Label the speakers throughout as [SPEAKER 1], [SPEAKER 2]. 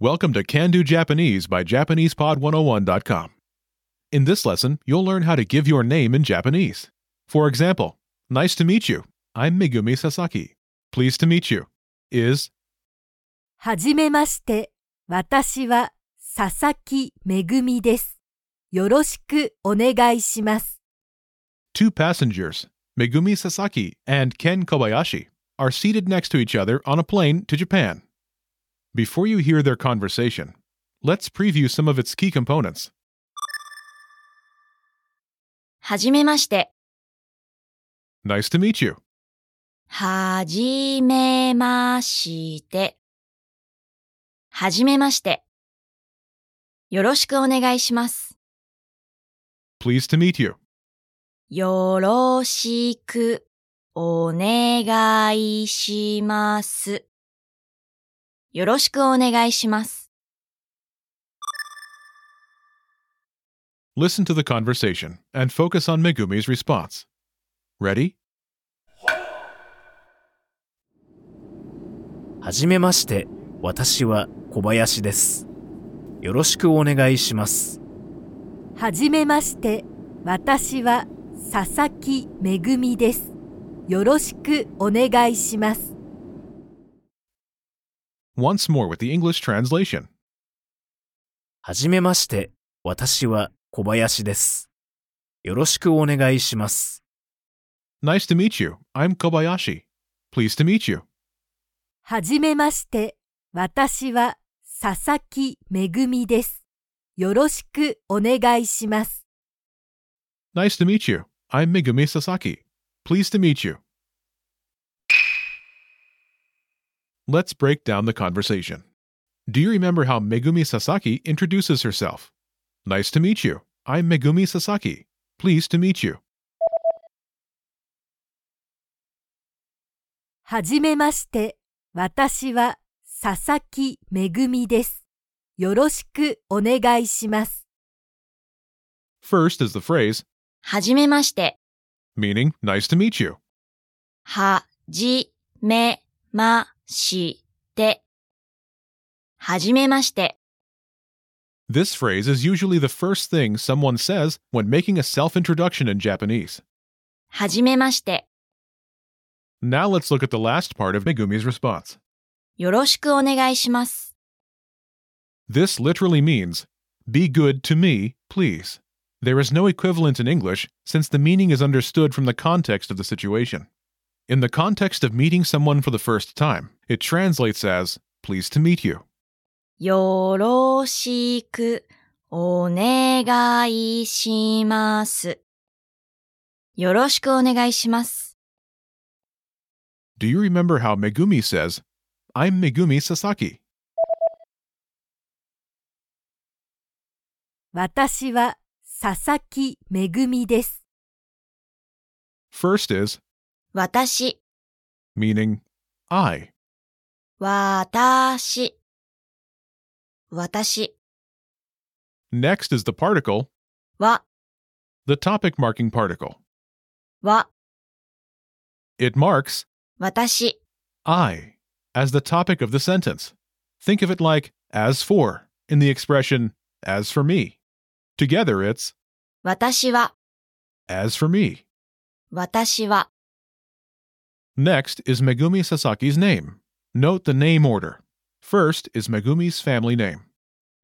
[SPEAKER 1] Welcome to Can Do Japanese by JapanesePod101.com. In this lesson, you'll learn how to give your name in Japanese. For example, nice to meet you. I'm Megumi Sasaki. Pleased to meet you. Is
[SPEAKER 2] はじめまして。私は佐々木めぐみです。よろしくお願いします。
[SPEAKER 1] two passengers, Megumi Sasaki and Ken Kobayashi, are seated next to each other on a plane to Japan. Before you hear their conversation, let's preview some of its key components.
[SPEAKER 3] はじめまして。
[SPEAKER 1] Nice to meet you.
[SPEAKER 3] はじめまして。はじめまして。よろしくお願いします。
[SPEAKER 1] Pleased to meet you.
[SPEAKER 3] よろしくお願いします。よろしくお願いします。
[SPEAKER 1] Listen to the conversation and focus on Megumi's response. Ready?
[SPEAKER 4] はじめまして、私は小林です。よろしくお願いします。
[SPEAKER 2] はじめまして。私は佐々木めぐみです。よろしくお願いします。
[SPEAKER 1] Once more with the English translation.
[SPEAKER 4] はじめまして、私は小林です。よろしくお願いします。
[SPEAKER 1] Nice to meet you. I'm Kobayashi. Pleased to meet you.
[SPEAKER 2] はじめまして。私は佐々木めぐみです。よろしくお願いします。
[SPEAKER 1] Nice to meet you. I'm Megumi Sasaki. Pleased to meet you. Let's break down the conversation. Do you remember how Megumi Sasaki introduces herself? Nice to meet you. I'm Megumi Sasaki. Pleased to meet you.
[SPEAKER 2] はじめまして。私は佐々木めぐみです。よろしくお願いします。
[SPEAKER 1] First is the phrase,
[SPEAKER 3] はじめまして。
[SPEAKER 1] meaning nice to meet you.
[SPEAKER 3] はじめまして。はじめまして。
[SPEAKER 1] This phrase is usually the first thing someone says when making a self introduction in Japanese.
[SPEAKER 3] はじめまして。
[SPEAKER 1] Now let's look at the last part of Megumi's response.
[SPEAKER 3] よろしくお願いします。
[SPEAKER 1] This literally means, be good to me, please. There is no equivalent in English since the meaning is understood from the context of the situation. In the context of meeting someone for the first time, it translates as, pleased to meet you.
[SPEAKER 3] よろしくお願いします。よろしくお願いします。
[SPEAKER 1] Do you remember how Megumi says, I'm Megumi Sasaki?
[SPEAKER 2] 私は佐々木めぐみです。
[SPEAKER 1] First is,
[SPEAKER 3] 私、
[SPEAKER 1] meaning, I.
[SPEAKER 3] 私、私、
[SPEAKER 1] Next is the particle,
[SPEAKER 3] は、
[SPEAKER 1] the topic marking particle.
[SPEAKER 3] は、
[SPEAKER 1] It marks,
[SPEAKER 3] 私、
[SPEAKER 1] I as the topic of the sentence. Think of it like as for in the expression as for me. Together it's
[SPEAKER 3] 私は、
[SPEAKER 1] as for me.
[SPEAKER 3] 私は、
[SPEAKER 1] Next is Megumi Sasaki's name. Note the name order. First is Megumi's family name,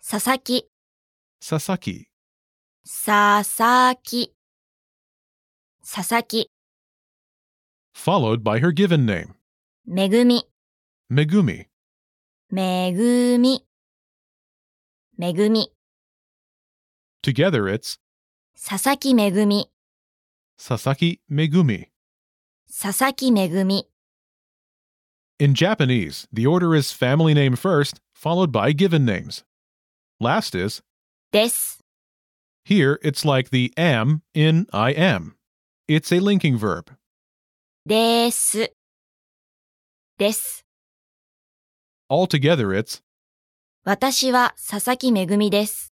[SPEAKER 3] 佐々木、
[SPEAKER 1] Sasaki.
[SPEAKER 3] 佐々木、佐々木、
[SPEAKER 1] Followed by her given name,
[SPEAKER 3] めぐみ、
[SPEAKER 1] Megumi.
[SPEAKER 3] めぐみ、めぐみ、
[SPEAKER 1] Together it's
[SPEAKER 3] 佐々木めぐみ。
[SPEAKER 1] Sasaki Megumi.
[SPEAKER 3] 佐々木めぐみ、
[SPEAKER 1] In Japanese, the order is family name first, followed by given names. Last is
[SPEAKER 3] です。
[SPEAKER 1] Here, it's like the am in I am. It's a linking verb.
[SPEAKER 3] です。です。
[SPEAKER 1] Altogether, it's
[SPEAKER 3] 私は佐々木めぐみです。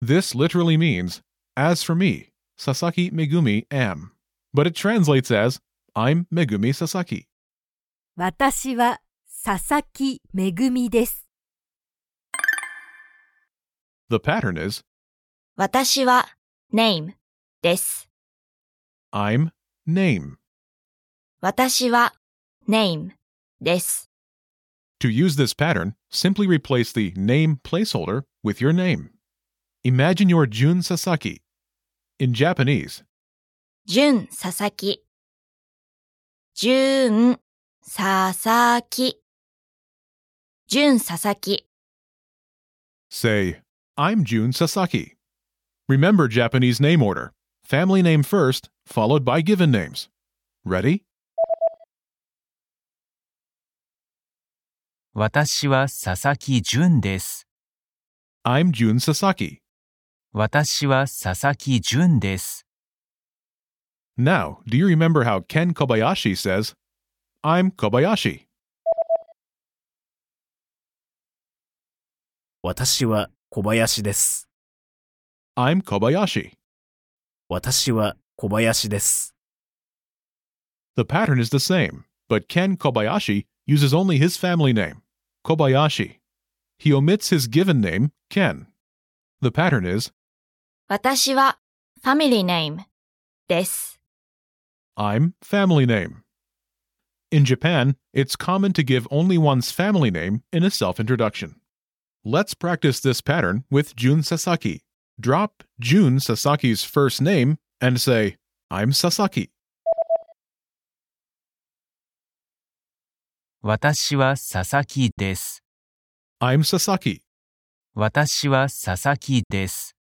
[SPEAKER 1] this literally means, as for me, Sasaki Megumi am. But it translates as, I'm Megumi Sasaki.
[SPEAKER 2] 私は佐々木めぐみです。
[SPEAKER 1] The pattern is
[SPEAKER 3] 私は name です。
[SPEAKER 1] I'm name.
[SPEAKER 3] 私は name です。
[SPEAKER 1] To use this pattern, simply replace the name placeholder with your name. Imagine you're Jun Sasaki. In Japanese,
[SPEAKER 3] 純佐々木。純佐々木。純佐々木。
[SPEAKER 1] say, I'm Jun Sasaki. Remember Japanese name order family name first, followed by given names. Ready?
[SPEAKER 5] 私は佐々木純です。
[SPEAKER 1] I'm Jun Sasaki.
[SPEAKER 5] 私は佐々木純です。
[SPEAKER 1] Now, do you remember how Ken Kobayashi says, I'm Kobayashi?
[SPEAKER 4] 私は小林です。
[SPEAKER 1] I'm Kobayashi.
[SPEAKER 4] 私は小林です。
[SPEAKER 1] The pattern is the same, but Ken Kobayashi uses only his family name, Kobayashi. He omits his given name, Ken. The pattern is
[SPEAKER 3] 私は family name です。
[SPEAKER 1] I'm family name. In Japan, it's common to give only one's family name in a self introduction. Let's practice this pattern with Jun Sasaki. Drop Jun Sasaki's first name and say, I'm Sasaki.
[SPEAKER 5] 私は佐々木です。
[SPEAKER 1] I'm Sasaki.
[SPEAKER 5] 私は佐々木です。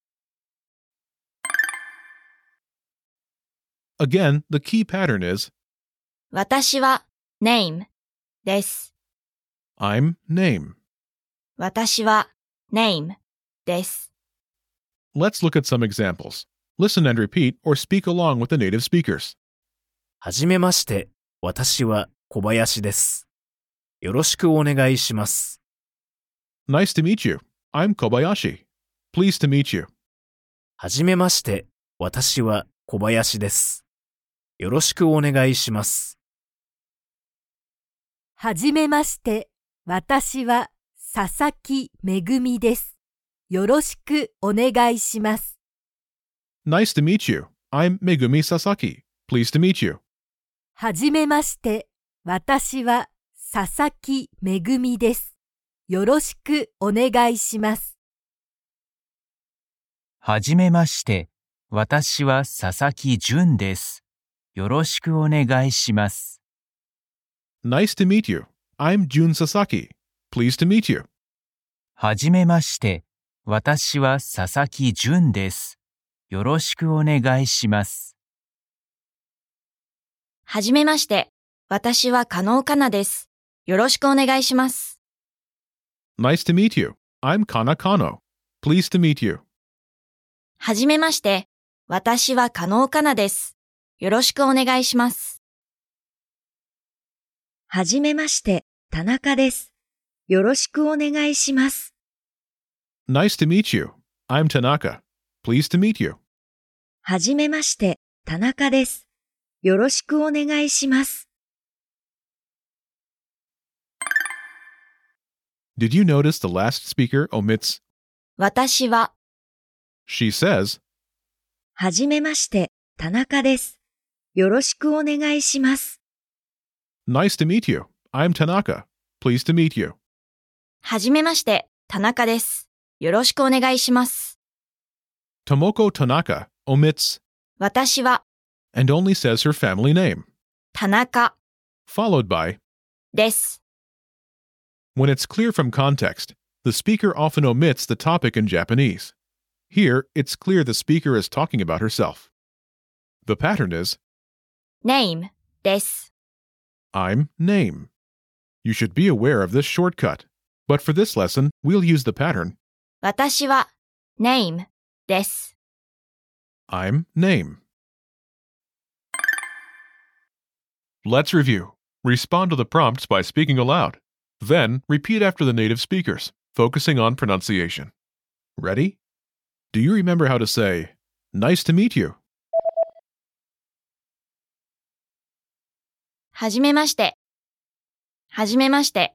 [SPEAKER 1] Again, the key pattern is
[SPEAKER 3] 私は name です。
[SPEAKER 1] I'm name.
[SPEAKER 3] 私は name です。
[SPEAKER 1] Let's look at some examples. Listen and repeat or speak along with the native speakers.
[SPEAKER 4] はじめまして、私は小林です。よろしくお願いします。
[SPEAKER 1] Nice to meet you. I'm Kobayashi. Pleased to meet you.
[SPEAKER 4] はじめまして、私は小林です。よろしくお願いします。
[SPEAKER 2] はじめまして。私は佐々木めぐみです。よろしくお願いします。
[SPEAKER 1] Nice to meet you. I'm Megumi Sasaki. Pleased to meet you.
[SPEAKER 2] はじめまして。私は佐々木めぐみです。よろしくお願いします。
[SPEAKER 5] はじめまして。私は佐々木純です。よろしくお願いします。
[SPEAKER 1] Nice to meet you. I'm Jun Sasaki. Pleased to meet you.
[SPEAKER 5] はじめまして。私は佐々木純です。よろしくお願いします。
[SPEAKER 3] はじめまして。私は加納かなです。よろしくお願いします。
[SPEAKER 1] Nice to meet you. I'm Kana Kano. Pleased to meet you.
[SPEAKER 3] はじめまして。私は加納かなです。よろしくお願いします。
[SPEAKER 6] はじめまして、田中です。よろしくお願いします。
[SPEAKER 1] Nice to meet you. I'm Tanaka. Pleased to meet you.
[SPEAKER 6] はじめまして、田中です。よろしくお願いします。
[SPEAKER 1] Did you notice the last speaker omits?
[SPEAKER 3] 私は、
[SPEAKER 1] She says,
[SPEAKER 6] はじめまして、田中です。よろしくお願いします。
[SPEAKER 1] Nice to meet you. I'm Tanaka. Pleased to meet you.
[SPEAKER 3] はじめまして。田中です。よろしくお願いします。
[SPEAKER 1] Tomoko Tanaka omits
[SPEAKER 3] 私は、
[SPEAKER 1] and only says her family name,
[SPEAKER 3] 田中
[SPEAKER 1] followed by
[SPEAKER 3] です。
[SPEAKER 1] When it's clear from context, the speaker often omits the topic in Japanese. Here, it's clear the speaker is talking about herself. The pattern is
[SPEAKER 3] name です。
[SPEAKER 1] I'm name. You should be aware of this shortcut. But for this lesson, we'll use the pattern
[SPEAKER 3] 私は、name です。
[SPEAKER 1] I'm name. Let's review. Respond to the prompts by speaking aloud. Then, repeat after the native speakers, focusing on pronunciation. Ready? Do you remember how to say, Nice to meet you?
[SPEAKER 3] はじめまして。はじめまして。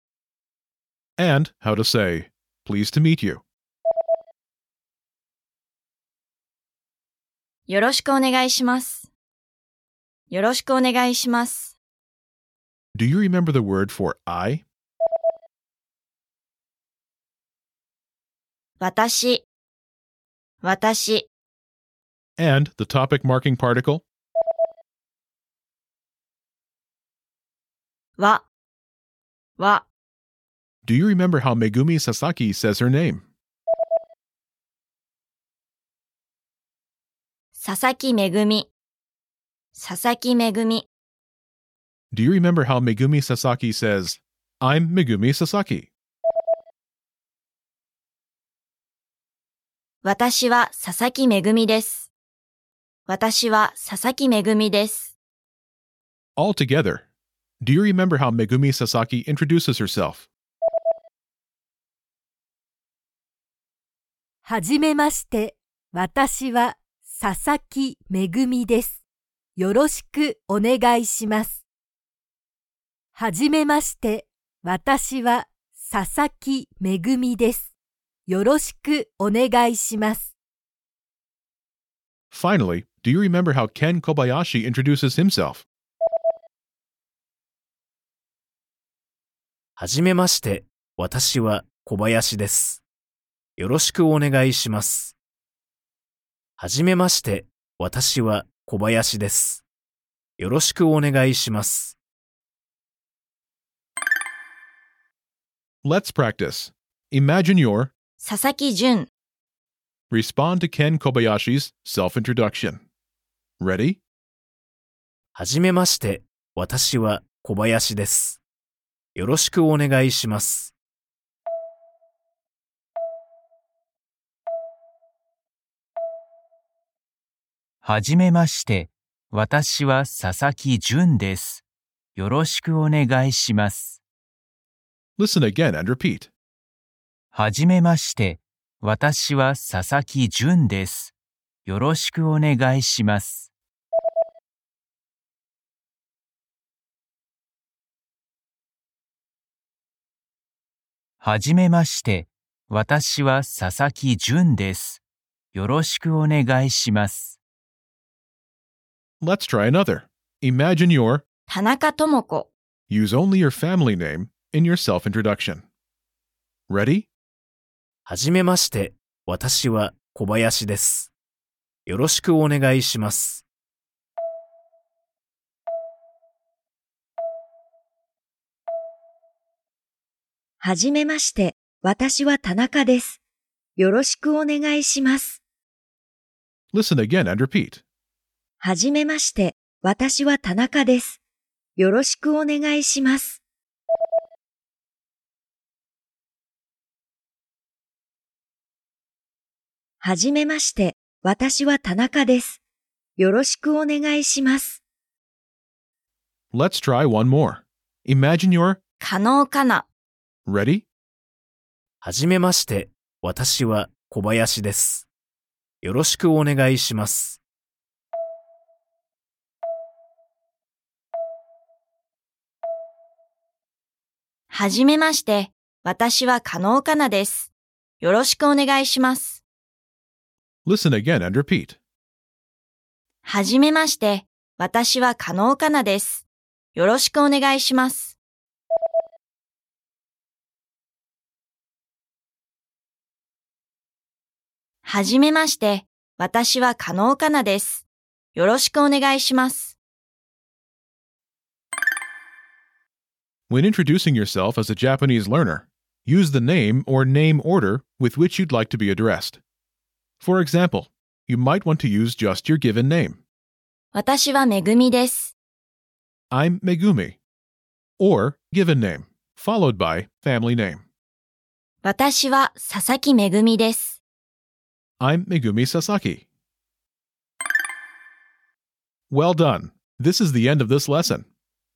[SPEAKER 1] and how to say, pleased to meet you.
[SPEAKER 3] よろしくお願いします。よろしくお願いします。
[SPEAKER 1] Do you remember the word for I?
[SPEAKER 3] 私、私、
[SPEAKER 1] and the topic marking particle
[SPEAKER 3] は、は、
[SPEAKER 1] Do you remember how Megumi Sasaki says her name?
[SPEAKER 3] 佐々木めぐみ、佐々木めぐみ、
[SPEAKER 1] Do you remember how Megumi Sasaki says, I'm Megumi Sasaki?
[SPEAKER 3] 私は佐々木めぐみです。私は佐々木めぐみです。
[SPEAKER 1] All together. Do you remember how Megumi Sasaki introduces herself?
[SPEAKER 2] はじめまして。私は佐々木めぐみです。よろしくお願いします。はじめまして。私は佐々木めぐみです。よろしくお願いします。
[SPEAKER 1] Finally, do you remember how Ken Kobayashi introduces himself?
[SPEAKER 4] はじめまして。私は小林です。よろしくお願いします。はじめまして。私は小林です。よろしくお願いします。
[SPEAKER 1] Let's practice. Imagine your
[SPEAKER 3] 佐々木純、
[SPEAKER 1] respond to Ken Kobayashi's self introduction. Ready?
[SPEAKER 4] はじめまして。私は小林です。よろしくお願いします。
[SPEAKER 5] はじめまして。私は佐々木純です。よろしくお願いします。
[SPEAKER 1] Listen again and repeat.
[SPEAKER 5] はじめまして。私は佐々木純です。よろしくお願いします。はじめまして。私は佐々木純です。よろしくお願いします。
[SPEAKER 1] Let's try another. Imagine your
[SPEAKER 3] 田中智子、
[SPEAKER 1] use only your family name in your self introduction. Ready?
[SPEAKER 4] はじめまして。私は小林です。よろしくお願いします。
[SPEAKER 6] はじめまして。私は田中です。よろしくお願いします。
[SPEAKER 1] Listen again and repeat.
[SPEAKER 6] はじめまして。私は田中です。よろしくお願いします。はじめまして。私は田中です。よろしくお願いします。
[SPEAKER 1] Let's try one more. Imagine you're
[SPEAKER 3] 加納かな、
[SPEAKER 1] ready
[SPEAKER 4] はじめまして。私は小林です。よろしくお願いします。
[SPEAKER 3] はじめまして。私は加納かなです。よろしくお願いします。
[SPEAKER 1] Listen again and repeat.
[SPEAKER 3] はじめまして。私は加納かなです。よろしくお願いします。はじめまして。私は加納かなです。よろしくお願いします。
[SPEAKER 1] When introducing yourself as a Japanese learner, use the name or name order with which you'd like to be addressed. For example, you might want to use just your given name.
[SPEAKER 3] 私はめぐみです。
[SPEAKER 1] I'm Megumi. Or given name, followed by family name.
[SPEAKER 3] 私は佐々木めぐみです。
[SPEAKER 1] I'm Megumi Sasaki. Well done. This is the end of this lesson.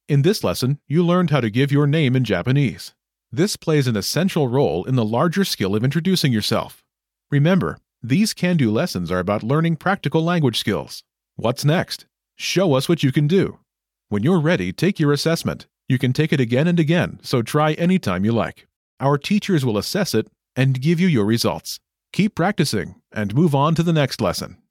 [SPEAKER 1] In this lesson, you learned how to give your name in Japanese. This plays an essential role in the larger skill of introducing yourself. Remember, these can do lessons are about learning practical language skills. What's next? Show us what you can do. When you're ready, take your assessment. You can take it again and again, so try anytime you like. Our teachers will assess it and give you your results. Keep practicing and move on to the next lesson.